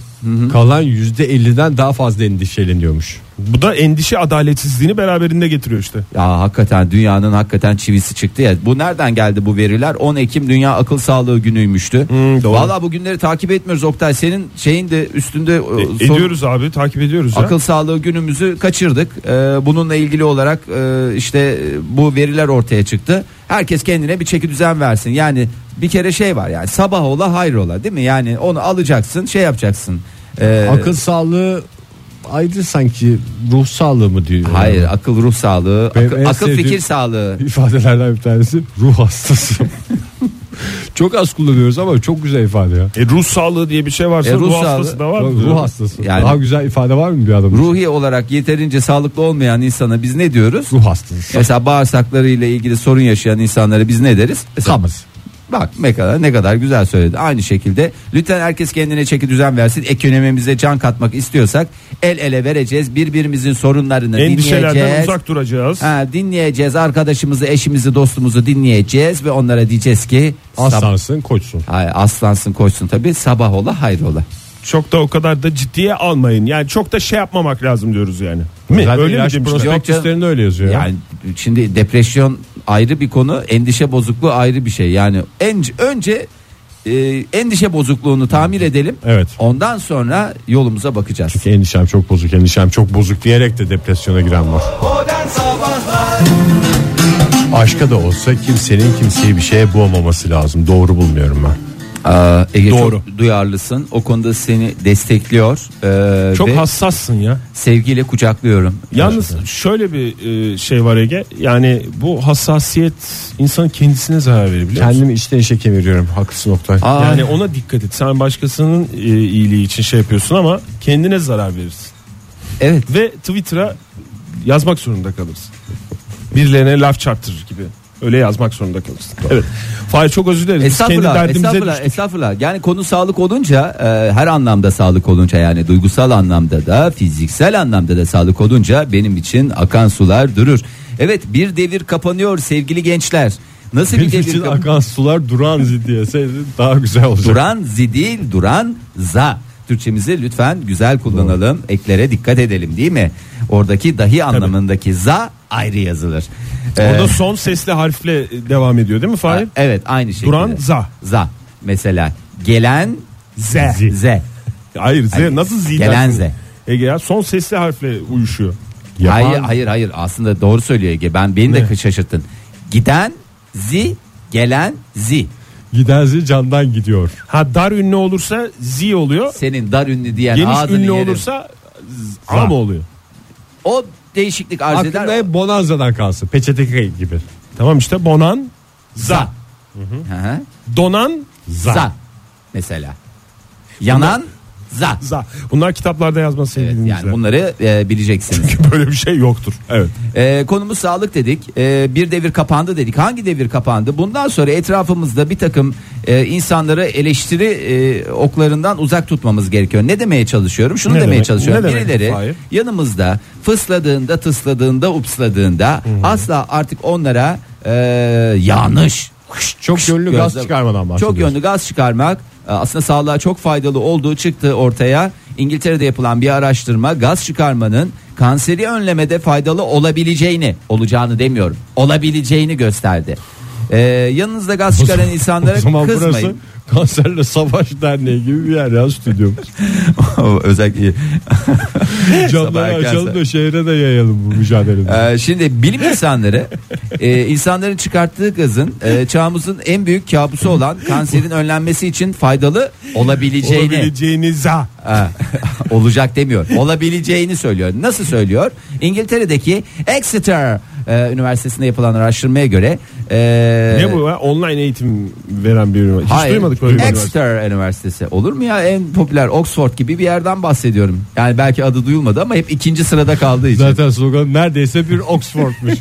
Speaker 2: kalan yüzde elliden daha fazla endişeleniyormuş.
Speaker 4: Bu da endişe adaletsizliğini beraberinde getiriyor işte.
Speaker 3: Ya hakikaten dünyanın hakikaten çivisi çıktı ya. Bu nereden geldi bu veriler? 10 Ekim Dünya Akıl Sağlığı Günü'ymüştü.
Speaker 4: Hmm, doğru.
Speaker 3: Valla bu günleri takip etmiyoruz Oktay. Senin şeyin de üstünde e,
Speaker 4: E-
Speaker 3: sorun-
Speaker 4: ediyoruz abi takip ediyoruz. ya.
Speaker 3: Akıl sağlığı günümüzü kaçırdık. Ee, bununla ilgili olarak e, işte e, bu veriler ortaya çıktı. Herkes kendine bir çeki düzen versin. Yani bir kere şey var yani sabah ola hayrola değil mi? Yani onu alacaksın şey yapacaksın. Ee,
Speaker 2: Akıl sağlığı ayrı sanki ruh sağlığı mı diyor.
Speaker 3: Hayır
Speaker 2: Yani.
Speaker 3: akıl ruh sağlığı,
Speaker 2: Benim
Speaker 3: akıl,
Speaker 2: en
Speaker 3: akıl
Speaker 2: sevdiğim-
Speaker 3: fikir sağlığı.
Speaker 2: İfadelerden bir tanesi ruh hastası. çok az kullanıyoruz ama çok güzel ifade ya.
Speaker 4: E, ruh sağlığı diye bir şey varsa
Speaker 3: E, ruh
Speaker 4: ruh,
Speaker 3: sağlığı-
Speaker 4: hastası da var mı?
Speaker 2: Ruh hastası.
Speaker 3: Yani-
Speaker 2: Daha güzel ifade var mı bir adam? Ruh,
Speaker 3: Ruhi olarak yeterince sağlıklı olmayan insana biz ne diyoruz?
Speaker 2: hastası.
Speaker 3: Mesela bağırsakları ile ilgili sorun yaşayan insanlara biz ne deriz? Mesela-
Speaker 2: Kamız.
Speaker 3: Bak ne kadar ne kadar güzel söyledi. Aynı şekilde lütfen herkes kendine çeki düzen versin. Ekonomimize can katmak istiyorsak el ele vereceğiz. Birbirimizin sorunlarını
Speaker 4: Endişelerden
Speaker 3: dinleyeceğiz.
Speaker 4: uzak duracağız.
Speaker 3: Ha, dinleyeceğiz arkadaşımızı, eşimizi, dostumuzu dinleyeceğiz ve onlara diyeceğiz ki sab-
Speaker 2: Aslansın koçsun.
Speaker 3: Hayır, aslansın koşsun tabi sabah ola hayrola.
Speaker 4: Çok da o kadar da ciddiye almayın. Yani çok da şey yapmamak lazım diyoruz yani. Mi?
Speaker 2: Zaten
Speaker 4: Öyle mi
Speaker 2: ilaç
Speaker 4: demişler?
Speaker 3: Yok canım.
Speaker 2: prospektüslerinde öyle yazıyor. ya.
Speaker 3: Yani şimdi depresyon ayrı bir konu, endişe bozukluğu ayrı bir şey. Yani en, önce e, endişe bozukluğunu tamir edelim.
Speaker 2: Evet.
Speaker 3: Ondan sonra yolumuza bakacağız.
Speaker 2: Ki endişem çok bozuk, endişem çok bozuk diyerek de depresyona giren var. Aşka da olsa kimsenin kimseyi bir şeye boğmaması lazım. Doğru bulmuyorum ben.
Speaker 3: Aa, Ege
Speaker 2: Doğru.
Speaker 3: çok duyarlısın. O konuda seni destekliyor. Ee,
Speaker 4: Çok
Speaker 3: ve
Speaker 4: hassassın ya.
Speaker 3: sevgiyle kucaklıyorum.
Speaker 4: Yalnız şöyle bir e, şey var Ege. Yani bu hassasiyet insanın kendisine zarar verebiliyor. musun?
Speaker 2: Kendimi içten işe kemiriyorum. Haklısın Oktay.
Speaker 3: Aa,
Speaker 4: Yani ona dikkat et. Sen başkasının e, iyiliği için şey yapıyorsun ama kendine zarar verirsin.
Speaker 3: evet.
Speaker 4: Ve Twitter'a yazmak zorunda kalırsın. Birilerine laf çarptırır gibi. Öyle yazmak zorunda kalırsın. Evet. Fahir çok özür dileriz. Biz kendi
Speaker 3: Estağfurullah,
Speaker 4: derdimize
Speaker 3: estağfurullah,
Speaker 4: düştük.
Speaker 3: estağfurullah. Yani konu sağlık olunca e, her anlamda sağlık olunca yani duygusal anlamda da fiziksel anlamda da sağlık olunca benim için akan sular durur. Evet bir devir kapanıyor sevgili gençler. Nasıl bir
Speaker 2: Benim
Speaker 3: devir
Speaker 2: için
Speaker 3: kapanıyor?
Speaker 2: akan sular duran diyese daha güzel olacak.
Speaker 3: Duran zi değil duran za. Türkçemizi lütfen güzel kullanalım. Eklere dikkat edelim değil mi? Oradaki dahi anlamındaki za ayrı yazılır. Ee,
Speaker 4: Orada son sesli harfle e, devam ediyor değil mi Fahir?
Speaker 3: a- evet aynı şekilde.
Speaker 4: Duran za.
Speaker 3: Za. Mesela gelen
Speaker 4: Z.
Speaker 3: z.
Speaker 4: Hayır Z
Speaker 3: Hayır,
Speaker 4: nasıl Z?
Speaker 3: gelen
Speaker 4: dersin?
Speaker 3: Z.
Speaker 4: Ege ya son sesli harfle uyuşuyor.
Speaker 2: Yapan-
Speaker 3: Hayır hayır hayır aslında doğru söylüyor Ege. Ben beni de şaşırttın. Giden zi gelen zi.
Speaker 2: Giden zi candan gidiyor.
Speaker 4: Ha dar ünlü olursa Z oluyor.
Speaker 3: Senin dar ünlü diyen
Speaker 4: Geniş
Speaker 3: ağzını
Speaker 4: ünlü
Speaker 3: yerim.
Speaker 4: olursa z- A mı oluyor?
Speaker 3: O değişiklik arz eder.
Speaker 2: Aklında hep bonanzadan kalsın. Peçete kayıp gibi.
Speaker 4: Tamam işte bonan
Speaker 3: Za. Hı hı.
Speaker 4: donan
Speaker 3: za. mesela. Yanan za.
Speaker 4: za. Bunlar kitaplarda yazmaz
Speaker 3: Evet,
Speaker 4: sevgili
Speaker 3: yani
Speaker 4: dinleyiciler.
Speaker 3: bunları e, bileceksiniz.
Speaker 4: Böyle bir şey yoktur. Evet.
Speaker 3: E, konumuz sağlık dedik. E, bir devir kapandı dedik. Hangi devir kapandı? Bundan sonra etrafımızda bir takım e, insanları eleştiri e, oklarından uzak tutmamız gerekiyor. Ne demeye çalışıyorum? Şunu
Speaker 4: Ne
Speaker 3: demeye
Speaker 4: demek?
Speaker 3: çalışıyorum.
Speaker 4: Ne demek?
Speaker 3: Birileri
Speaker 4: Hayır.
Speaker 3: yanımızda fısladığında, tısladığında, upsladığında asla artık onlara e, yanlış
Speaker 2: Çok yönlü gaz
Speaker 3: Gözle-
Speaker 2: çıkarmadan bahsediyorsun.
Speaker 3: Çok yönlü gaz çıkarmak e, aslında sağlığa çok faydalı olduğu çıktı ortaya. İngiltere'de yapılan bir araştırma gaz çıkarmanın kanseri önlemede faydalı olabileceğini, olacağını demiyorum, olabileceğini gösterdi. E, yanınızda gaz çıkaran insanlara
Speaker 2: o zaman burası
Speaker 3: kızmayın.
Speaker 2: kanserle savaş derneği gibi bir yer ya stüdyomuz.
Speaker 3: Özellikle Sabah
Speaker 2: Camları
Speaker 3: erken
Speaker 2: açalım
Speaker 3: saat.
Speaker 2: da şehre de yayalım bu mücadeleyi.
Speaker 3: Ee, şimdi bilim insanları e, insanların çıkarttığı gazın e, çağımızın en büyük kabusu olan kanserin önlenmesi için faydalı olabileceğini
Speaker 4: Olabileceğini za.
Speaker 3: Ha, olacak demiyor. Olabileceğini söylüyor. Nasıl söylüyor? İngiltere'deki Exeter e, Üniversitesi'nde yapılan araştırmaya göre e,
Speaker 4: Ne bu ya? Online eğitim veren bir üniversite. Hiç
Speaker 3: Hayır,
Speaker 4: duymadık
Speaker 2: kaldık böyle. bir şey. üniversite.
Speaker 3: Exeter Üniversitesi. Olur mu ya en popüler Oxford gibi bir yerden bahsediyorum. Yani belki adı duyulmadı ama hep ikinci sırada kaldığı için.
Speaker 2: Zaten slogan neredeyse bir Oxford'muş.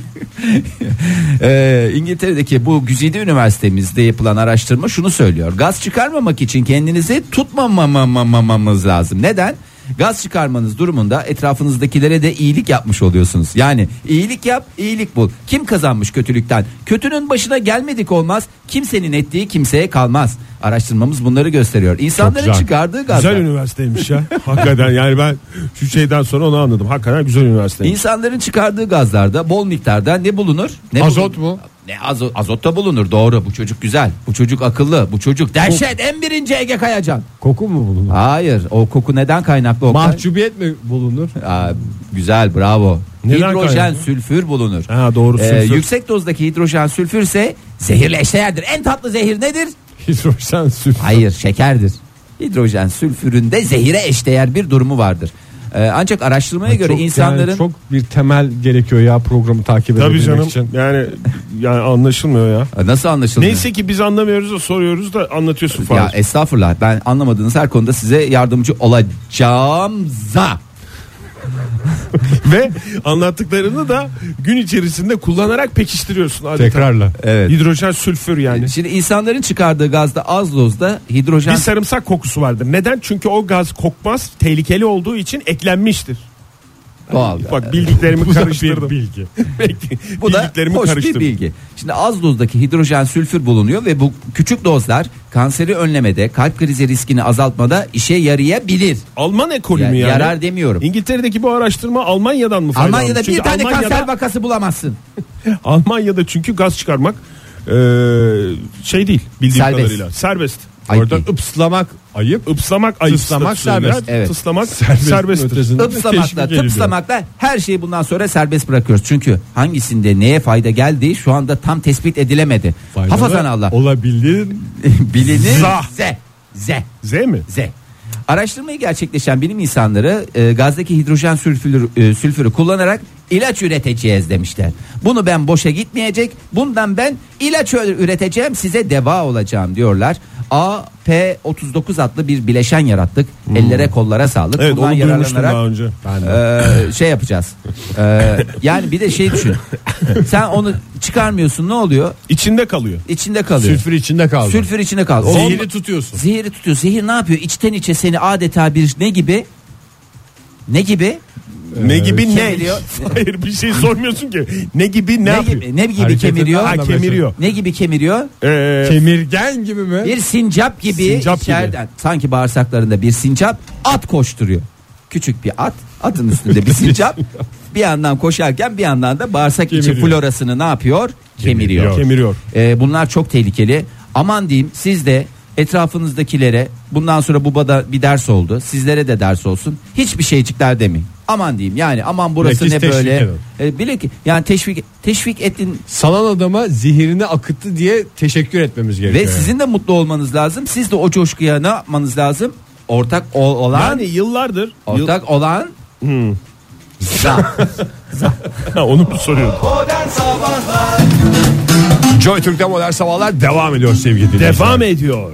Speaker 3: Ee, İngiltere'deki bu güzide üniversitemizde yapılan araştırma şunu söylüyor. Gaz çıkarmamak için kendinizi tutmamamamamamız lazım. Neden? Gaz çıkarmanız durumunda etrafınızdakilere de iyilik yapmış oluyorsunuz. Yani iyilik yap, iyilik bul. Kim kazanmış kötülükten? Kötünün başına gelmedik olmaz. Kimsenin ettiği kimseye kalmaz. Araştırmamız bunları gösteriyor. İnsanların
Speaker 2: güzel.
Speaker 3: çıkardığı
Speaker 4: Güzel
Speaker 3: gazlar.
Speaker 4: üniversiteymiş ya. Hakikaten yani ben şu şeyden sonra onu anladım. Hakikaten güzel üniversiteymiş.
Speaker 3: İnsanların çıkardığı gazlarda bol miktarda ne bulunur? Ne
Speaker 2: Azot
Speaker 3: bulun-
Speaker 2: mu?
Speaker 3: Ne azo- azot da bulunur doğru. Bu çocuk güzel. Bu çocuk akıllı. Bu çocuk dehşet. En birinci Ege Kayacan.
Speaker 2: Koku mu bulunur?
Speaker 3: Hayır. O koku neden kaynaklı? Oktay?
Speaker 2: Mahcubiyet mi bulunur?
Speaker 3: Aa, güzel bravo.
Speaker 4: Neden
Speaker 3: hidrojen
Speaker 4: kaynaklı?
Speaker 3: sülfür bulunur.
Speaker 4: Ha doğru.
Speaker 3: Ee,
Speaker 4: sülfür.
Speaker 3: yüksek dozdaki hidrojen sülfür ise zehirle eşdeğerdir. En tatlı zehir nedir?
Speaker 2: Hidrojen sülfür.
Speaker 3: Hayır şekerdir. Hidrojen sülfüründe zehire eşdeğer bir durumu vardır. Ee, ancak araştırmaya göre
Speaker 2: Çok- yani
Speaker 3: insanların
Speaker 2: çok bir temel gerekiyor ya programı takip
Speaker 4: Tabii
Speaker 2: edebilmek
Speaker 4: canım.
Speaker 2: için.
Speaker 4: Yani yani anlaşılmıyor ya.
Speaker 3: Aa, nasıl anlaşılıyor?
Speaker 4: Neyse ki biz anlamıyoruz da soruyoruz da anlatıyorsun
Speaker 3: Ya e-
Speaker 4: falan.
Speaker 3: estağfurullah ben anlamadığınız her konuda size yardımcı olacağım za.
Speaker 4: Ve anlattıklarını da gün içerisinde kullanarak pekiştiriyorsun adeta.
Speaker 2: Tekrarla.
Speaker 3: Evet.
Speaker 4: Hidrojen sülfür yani.
Speaker 3: Şimdi insanların çıkardığı gazda az dozda hidrojen
Speaker 4: Bir sarımsak kokusu vardır. Neden? Çünkü o gaz kokmaz, tehlikeli olduğu için eklenmiştir.
Speaker 3: doğal.
Speaker 4: Bak bildiklerimi
Speaker 2: Bu da bir
Speaker 4: karıştırdım.
Speaker 2: bilgi.
Speaker 3: Bu da
Speaker 4: bildiklerimi
Speaker 3: hoş bir
Speaker 4: karıştırdım.
Speaker 3: bilgi. Şimdi az dozdaki hidrojen sülfür bulunuyor ve bu küçük dozlar kanseri önlemede, kalp krizi riskini azaltmada işe yarayabilir.
Speaker 4: Alman ekolü
Speaker 3: Ya-
Speaker 4: mü yani?
Speaker 3: yarar demiyorum.
Speaker 4: İngiltere'deki bu araştırma Almanya'dan mı faydalanmış?
Speaker 3: Almanya'da bir
Speaker 4: Çünkü
Speaker 3: tane
Speaker 4: Almanya'da,
Speaker 3: kanser vakası bulamazsın.
Speaker 4: Almanya'da çünkü gaz çıkarmak e, şey değil bildiğim
Speaker 3: Serbest.
Speaker 4: kadarıyla. Serbest.
Speaker 3: Ayıp
Speaker 4: Orada
Speaker 3: değil.
Speaker 2: Ipslamak ayıp.
Speaker 4: ıpslamak ayıp
Speaker 2: Islamak
Speaker 4: statüsünde.
Speaker 2: serbest,
Speaker 3: evet.
Speaker 4: Islamak
Speaker 2: Serbestin
Speaker 4: serbesttir.
Speaker 2: ötesinde teşvik
Speaker 3: Tıpslamakla,
Speaker 2: ediliyor.
Speaker 3: tıpslamakla her şeyi bundan sonra serbest bırakıyoruz. Çünkü hangisinde neye fayda geldiği şu anda tam tespit edilemedi.
Speaker 2: Faydalı
Speaker 3: Hafazan Allah.
Speaker 2: Olabildin.
Speaker 3: Bilinir.
Speaker 4: Za.
Speaker 3: Z. Z.
Speaker 4: Z mi?
Speaker 3: Z. Araştırmayı gerçekleşen bilim insanları e, gazdaki hidrojen sülfürü, e, sülfürü kullanarak ilaç üreteceğiz demişler. Bunu ben boşa gitmeyecek. Bundan ben ilaç ö- üreteceğim size deva olacağım diyorlar. AP39 adlı bir bileşen yarattık. Ellere kollara sağlık.
Speaker 4: Hmm. Evet
Speaker 3: Bundan
Speaker 4: onu duymuştum
Speaker 3: yararlanarak
Speaker 4: daha önce.
Speaker 3: e, şey yapacağız. E, yani bir de şey düşün. Sen onu çıkarmıyorsun ne oluyor?
Speaker 4: İçinde kalıyor.
Speaker 3: İçinde kalıyor.
Speaker 2: Sülfür içinde kaldı.
Speaker 3: Sülfür içinde kaldı.
Speaker 2: Zehiri
Speaker 3: Olma-
Speaker 2: tutuyorsun.
Speaker 3: Zehiri tutuyor. Zehir ne yapıyor? İçten içe seni adeta bir ne gibi? Ne gibi?
Speaker 4: ne gibi ne?
Speaker 3: kemiriyor.
Speaker 4: Hayır bir şey sormuyorsun ki. Ne gibi ne,
Speaker 3: Ne,
Speaker 4: yapıyor?
Speaker 3: gibi? Ne gibi
Speaker 2: Hareketi
Speaker 3: kemiriyor?
Speaker 4: Ha, kemiriyor.
Speaker 3: Ne gibi kemiriyor?
Speaker 4: Ee,
Speaker 2: Kemirgen gibi mi?
Speaker 3: Bir sincap gibi
Speaker 4: Sincap gibi.
Speaker 3: içeriden. Sanki bağırsaklarında bir sincap at koşturuyor. Küçük bir at. Atın üstünde bir sincap. bir yandan koşarken bir yandan da bağırsak içi
Speaker 4: Kemiriyor.
Speaker 3: florasını ne yapıyor? Kemiriyor.
Speaker 4: Kemiriyor.
Speaker 3: Ee, bunlar çok tehlikeli. Aman diyeyim siz de etrafınızdakilere bundan sonra bu bada bir ders oldu. Sizlere de ders olsun. Hiçbir şeycikler demeyin. Aman diyeyim yani aman burası
Speaker 2: Bilakis
Speaker 3: ne
Speaker 2: teşvik
Speaker 3: böyle.
Speaker 2: edin.
Speaker 3: Ee, bile ki yani teşvik teşvik ettin
Speaker 2: Salan adama zihirini akıttı diye teşekkür etmemiz
Speaker 3: ve
Speaker 2: gerekiyor.
Speaker 3: sizin de mutlu olmanız lazım. Siz de o coşkuya ne yapmanız lazım? Ortak ol- olan
Speaker 4: Yani yıllardır yıl- Hmm.
Speaker 3: ortak olan
Speaker 4: Ha, onu mu soruyordun?
Speaker 2: Joy Türk'te modern sabahlar devam ediyor sevgili dinleyiciler.
Speaker 4: Devam ediyor.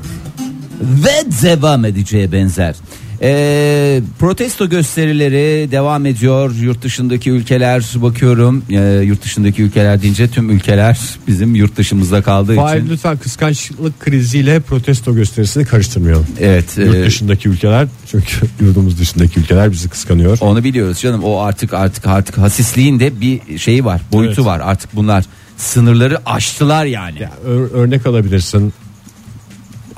Speaker 3: ve devam edeceği benzer. Ee, protesto gösterileri devam ediyor yurt dışındaki ülkeler bakıyorum ee, yurt dışındaki ülkeler deyince tüm ülkeler bizim yurt dışımızda kaldığı
Speaker 2: Fahir
Speaker 3: için
Speaker 2: lütfen kıskançlık kriziyle protesto gösterisini karıştırmayalım.
Speaker 3: evet e,
Speaker 2: Yurt dışındaki ülkeler çünkü yurdumuz dışındaki ülkeler bizi kıskanıyor.
Speaker 3: onu biliyoruz canım o artık artık artık hasisliğin de bir şeyi var boyutu
Speaker 2: Evet.
Speaker 3: var artık bunlar sınırları aştılar yani.
Speaker 2: Ya, ö- örnek alabilirsin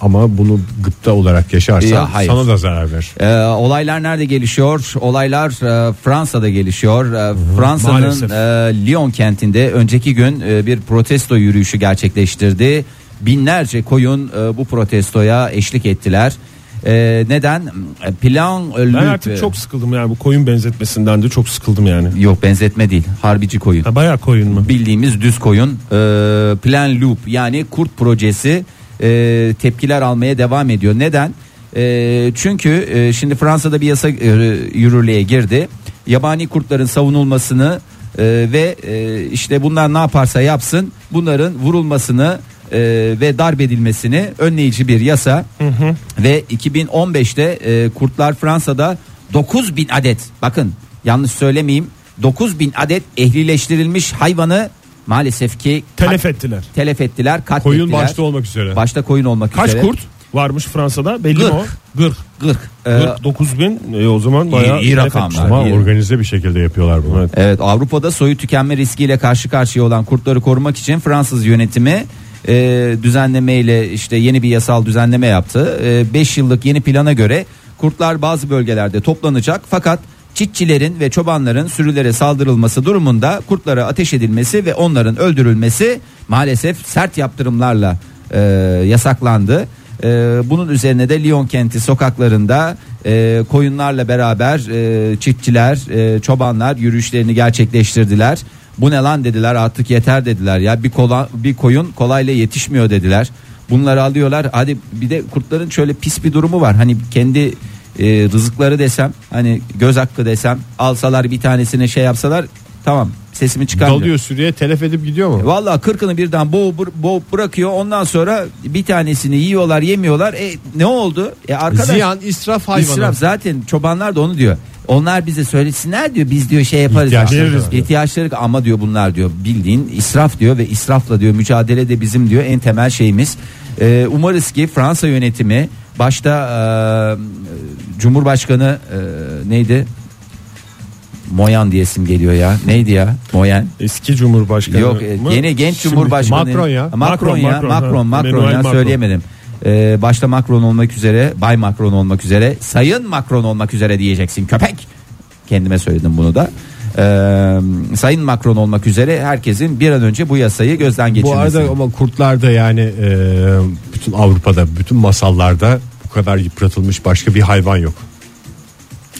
Speaker 2: ama bunu gıpta olarak yaşarsan
Speaker 3: Ya, hayır.
Speaker 2: sana da zarar verir.
Speaker 3: Ee, olaylar nerede gelişiyor? Olaylar e, Fransa'da gelişiyor. E, Fransa'nın
Speaker 2: maalesef.
Speaker 3: e, Lyon kentinde önceki gün e, bir protesto yürüyüşü gerçekleştirdi. Binlerce koyun e, bu protestoya eşlik ettiler. E, neden? E, Plan
Speaker 4: Ben artık çok sıkıldım yani bu koyun benzetmesinden de çok sıkıldım yani.
Speaker 3: yok benzetme değil. Harbici koyun.
Speaker 4: Ha, bayağı koyun mu?
Speaker 3: Bildiğimiz düz koyun. E, Plan Loop yani kurt projesi e, tepkiler almaya devam ediyor. Neden? E, çünkü e, şimdi Fransa'da bir yasa e, yürürlüğe girdi. Yabani kurtların savunulmasını e, ve e, işte bunlar ne yaparsa yapsın bunların vurulmasını e, ve darp edilmesini önleyici bir yasa ve 2015'te e, kurtlar Fransa'da 9000 adet bakın yanlış söylemeyeyim 9000 adet ehlileştirilmiş hayvanı maalesef ki kat-
Speaker 4: Telef ettiler.
Speaker 3: telef ettiler katlettiler.
Speaker 2: Koyun başta olmak üzere.
Speaker 3: Başta koyun olmak
Speaker 4: Kaç
Speaker 3: üzere.
Speaker 4: kurt varmış Fransa'da belli mi o?
Speaker 3: Gırk. Gırk. Gırk. Ee,
Speaker 4: 49 bin e, o zaman bayağı
Speaker 3: iyi
Speaker 4: telef
Speaker 3: rakamlar.
Speaker 4: etmişler.
Speaker 2: Ama
Speaker 3: İyi.
Speaker 2: organize bir şey şekilde yapıyorlar bunu.
Speaker 3: Evet Avrupa'da soyu tükenme riskiyle karşı karşıya olan kurtları korumak için Fransız yönetimi e, düzenlemeyle işte yeni bir yasal düzenleme yaptı. 5 yıllık yeni plana göre kurtlar bazı bölgelerde toplanacak fakat çiftçilerin ve çobanların sürülere saldırılması durumunda kurtlara ateş edilmesi ve onların öldürülmesi maalesef sert yaptırımlarla e, yasaklandı. Ee, bunun üzerine de Lyon kenti sokaklarında e, koyunlarla beraber e, çiftçiler, e, çobanlar yürüyüşlerini gerçekleştirdiler. Bu ne lan dediler artık yeter dediler ya bir kola, bir koyun kolayla yetişmiyor dediler. Bunları alıyorlar. Hadi bir de kurtların şöyle pis bir durumu var. Hani kendi e, rızıkları desem, hani göz hakkı desem, alsalar bir tanesine şey yapsalar tamam sesimi çıkarmıyor.
Speaker 2: Dalıyor sürüye telef edip gidiyor mu?
Speaker 3: Valla kırkını birden boğup, boğup bırakıyor. Ondan sonra bir tanesini yiyorlar yemiyorlar. E, ne oldu? E, arkadaş,
Speaker 2: Ziyan, israf hayvanı.
Speaker 3: İsraf zaten çobanlar da onu diyor. Onlar bize söylesinler diyor. Biz diyor şey yaparız.
Speaker 2: İhtiyaçları
Speaker 3: Veririz
Speaker 2: kadar.
Speaker 3: diyor. İhtiyaçları ama diyor bunlar diyor bildiğin israf diyor ve israfla diyor mücadele de bizim diyor en temel şeyimiz. Ee, umarız ki Fransa yönetimi başta e, Cumhurbaşkanı e, neydi? Moyan diyesim geliyor ya. Neydi ya? Moyan.
Speaker 4: Eski Cumhurbaşkanı
Speaker 3: Yok e,
Speaker 4: mı?
Speaker 3: yeni genç
Speaker 4: Şimdiki-
Speaker 3: cumhurbaşkanı
Speaker 2: Macron ya.
Speaker 3: Macron, ya
Speaker 4: Macron,
Speaker 3: Macron
Speaker 4: ha.
Speaker 3: Macron,
Speaker 4: Emmanuel
Speaker 3: ya
Speaker 4: Macron.
Speaker 3: söyleyemedim. Ee, başta Macron olmak üzere Bay Macron olmak üzere Sayın Macron olmak üzere diyeceksin köpek. Kendime söyledim bunu da. Ee, Sayın Macron olmak üzere herkesin bir an önce bu yasayı gözden
Speaker 2: Bu
Speaker 3: geçirmesi.
Speaker 2: arada ama kurtlar da yani e, bütün Avrupa'da bütün masallarda bu kadar yıpratılmış başka bir hayvan yok.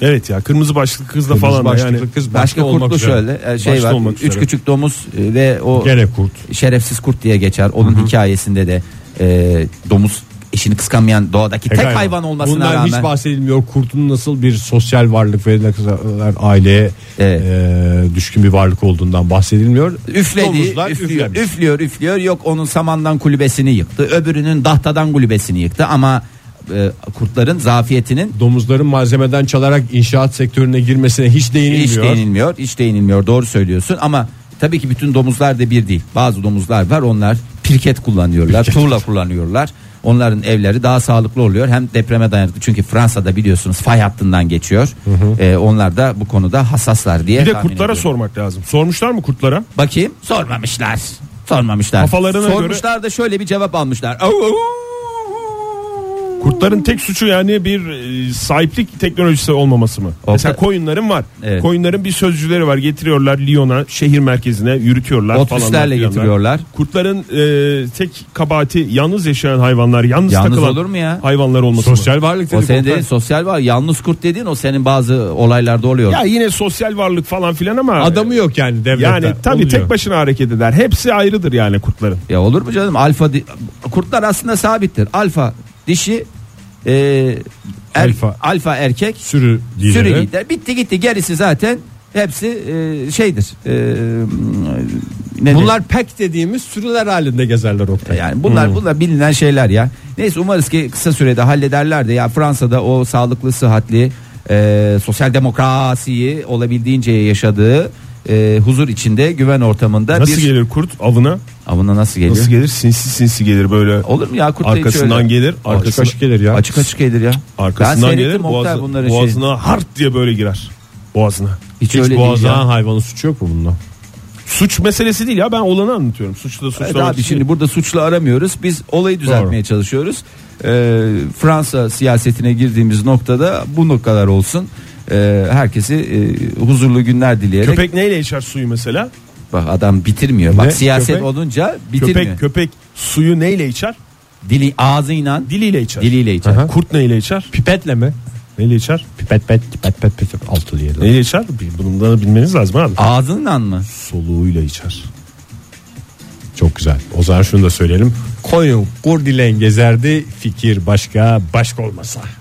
Speaker 4: Evet ya kırmızı başlıklı kızla
Speaker 2: Kırmızı
Speaker 4: falan da
Speaker 2: başlıklı
Speaker 4: yani.
Speaker 2: kız
Speaker 3: başka
Speaker 2: olmak
Speaker 3: kurtlu
Speaker 2: üzere.
Speaker 3: şöyle e, şey
Speaker 4: Başta
Speaker 3: var.
Speaker 4: olmak
Speaker 3: Üç
Speaker 4: üzere.
Speaker 3: küçük domuz e, ve o
Speaker 2: Gene kurt.
Speaker 3: şerefsiz kurt diye geçer. Onun hikayesinde de e, domuz eşini kıskanmayan doğadaki tek
Speaker 2: Galiba.
Speaker 3: hayvan olmasına
Speaker 2: Bundan
Speaker 3: rağmen.
Speaker 2: hiç bahsedilmiyor. Kurtun nasıl bir sosyal varlık ve ne kadar e, aileye
Speaker 3: Evet.
Speaker 2: e, düşkün bir varlık olduğundan bahsedilmiyor.
Speaker 3: üfledi,
Speaker 2: Domuzlar
Speaker 3: üflüyor,
Speaker 2: üflemiş.
Speaker 3: üflüyor, üflüyor. Yok onun samandan kulübesini yıktı, öbürünün dahtadan kulübesini yıktı ama e, kurtların zafiyetinin
Speaker 2: Domuzların malzemeden çalarak inşaat sektörüne girmesine hiç değinilmiyor.
Speaker 3: hiç değinilmiyor, hiç değinilmiyor. Doğru söylüyorsun ama tabii ki bütün domuzlar da bir değil. Bazı domuzlar var, onlar pirket kullanıyorlar, tuğla kullanıyorlar. Onların evleri daha sağlıklı oluyor. Hem depreme dayanıklı çünkü Fransa'da biliyorsunuz fay hattından geçiyor. E, onlar da bu konuda hassaslar diye.
Speaker 4: Bir de
Speaker 3: tahmin
Speaker 4: kurtlara
Speaker 3: ediyorum.
Speaker 4: sormak lazım. Sormuşlar mı kurtlara?
Speaker 3: Bakayım. Sormamışlar. Sormamışlar.
Speaker 4: Kafalarına göre-
Speaker 3: Sormuşlar da şöyle bir cevap almışlar. Au, au.
Speaker 4: Kurtların tek suçu yani bir e, sahiplik teknolojisi olmaması mı?
Speaker 3: O-
Speaker 4: Mesela koyunların var.
Speaker 3: Evet.
Speaker 4: Koyunların bir sözcüleri var. Getiriyorlar Lyon'a, şehir merkezine yürütüyorlar falan.
Speaker 3: Otobüslerle getiriyorlar.
Speaker 4: Kurtların e, tek kabahati yalnız yaşayan hayvanlar, yalnız,
Speaker 3: Yalnız
Speaker 4: takılan
Speaker 3: olur mu ya?
Speaker 4: hayvanlar olması mı?
Speaker 2: Sosyal varlık
Speaker 3: O
Speaker 2: dedi
Speaker 3: senin
Speaker 2: kurtlar.
Speaker 3: dediğin sosyal var. Yalnız kurt dediğin o senin bazı olaylarda oluyor.
Speaker 4: Ya yine sosyal varlık falan filan ama
Speaker 2: Adamı yok yani devlette.
Speaker 4: yani tabii
Speaker 2: Oluyor.
Speaker 4: tek başına hareket eder. Hepsi ayrıdır yani kurtların.
Speaker 3: Ya olur mu canım? Alfa di- kurtlar aslında sabittir. Alfa dişi e, er-
Speaker 2: Alfa.
Speaker 3: alfa. erkek
Speaker 2: sürü lideri.
Speaker 3: sürü lider. Bitti gitti. Gerisi zaten hepsi e, şeydir. E, ne
Speaker 2: Bunlar pek dediğimiz sürüler halinde gezerler Oktay.
Speaker 3: Yani bunlar
Speaker 4: Hmm.
Speaker 3: bunlar bilinen şeyler ya. Neyse umarız ki kısa sürede hallederler de ya Fransa'da o sağlıklı sıhhatli e, sosyal demokrasiyi olabildiğince yaşadığı e, huzur içinde güven ortamında
Speaker 4: Nasıl
Speaker 3: bir
Speaker 4: gelir kurt avına?
Speaker 3: avına nasıl geliyor?
Speaker 4: Nasıl gelir? Sinsi sinsi gelir böyle.
Speaker 3: Olur mu ya kurt da hiç
Speaker 4: Arkasından
Speaker 3: öyle-
Speaker 4: gelir.
Speaker 2: Açık
Speaker 4: Arkasından,
Speaker 2: açık gelir ya.
Speaker 3: Açık açık gelir ya. ben
Speaker 4: arkasından
Speaker 3: seyrettim
Speaker 4: gelir.
Speaker 3: Oktay
Speaker 4: Boğaz,
Speaker 3: bunların
Speaker 4: boğazına hart diye böyle girer. Boğazına.
Speaker 3: şeyi. hiç,
Speaker 2: Hiç
Speaker 3: öyle değil
Speaker 2: boğazlanan
Speaker 3: ya.
Speaker 2: hayvanın suçu yok mu bunda?
Speaker 4: Suç meselesi değil ya ben olanı anlatıyorum. Suçlu da
Speaker 3: Evet
Speaker 4: suçlamak
Speaker 3: abi
Speaker 4: için
Speaker 3: şimdi burada suçlu aramıyoruz. Biz olayı düzeltmeye çalışıyoruz. Ee, Fransa siyasetine girdiğimiz noktada bu kadar olsun. Ee, herkesi e, huzurlu günler dileyerek.
Speaker 4: Köpek neyle içer suyu mesela?
Speaker 3: Bak adam bitirmiyor. Bak
Speaker 2: Ne?
Speaker 3: siyaset
Speaker 4: Köpek?
Speaker 3: olunca bitirmiyor.
Speaker 4: Köpek köpek suyu neyle içer?
Speaker 3: Dili ağzıyla
Speaker 4: Diliyle içer.
Speaker 3: diliyle içer.
Speaker 2: Aha.
Speaker 4: Kurt neyle içer?
Speaker 2: Pipetle mi?
Speaker 4: Neyle içer?
Speaker 2: Pipet pet pipet pet pet altı diye.
Speaker 4: Neyle içer? Bil- Bunu da bilmeniz lazım abi.
Speaker 3: Ağzıyla mı?
Speaker 4: Soluğuyla içer.
Speaker 2: Çok güzel. O zaman şunu da söyleyelim. Koyun kurdilen gezerdi fikir başka başka olmasa.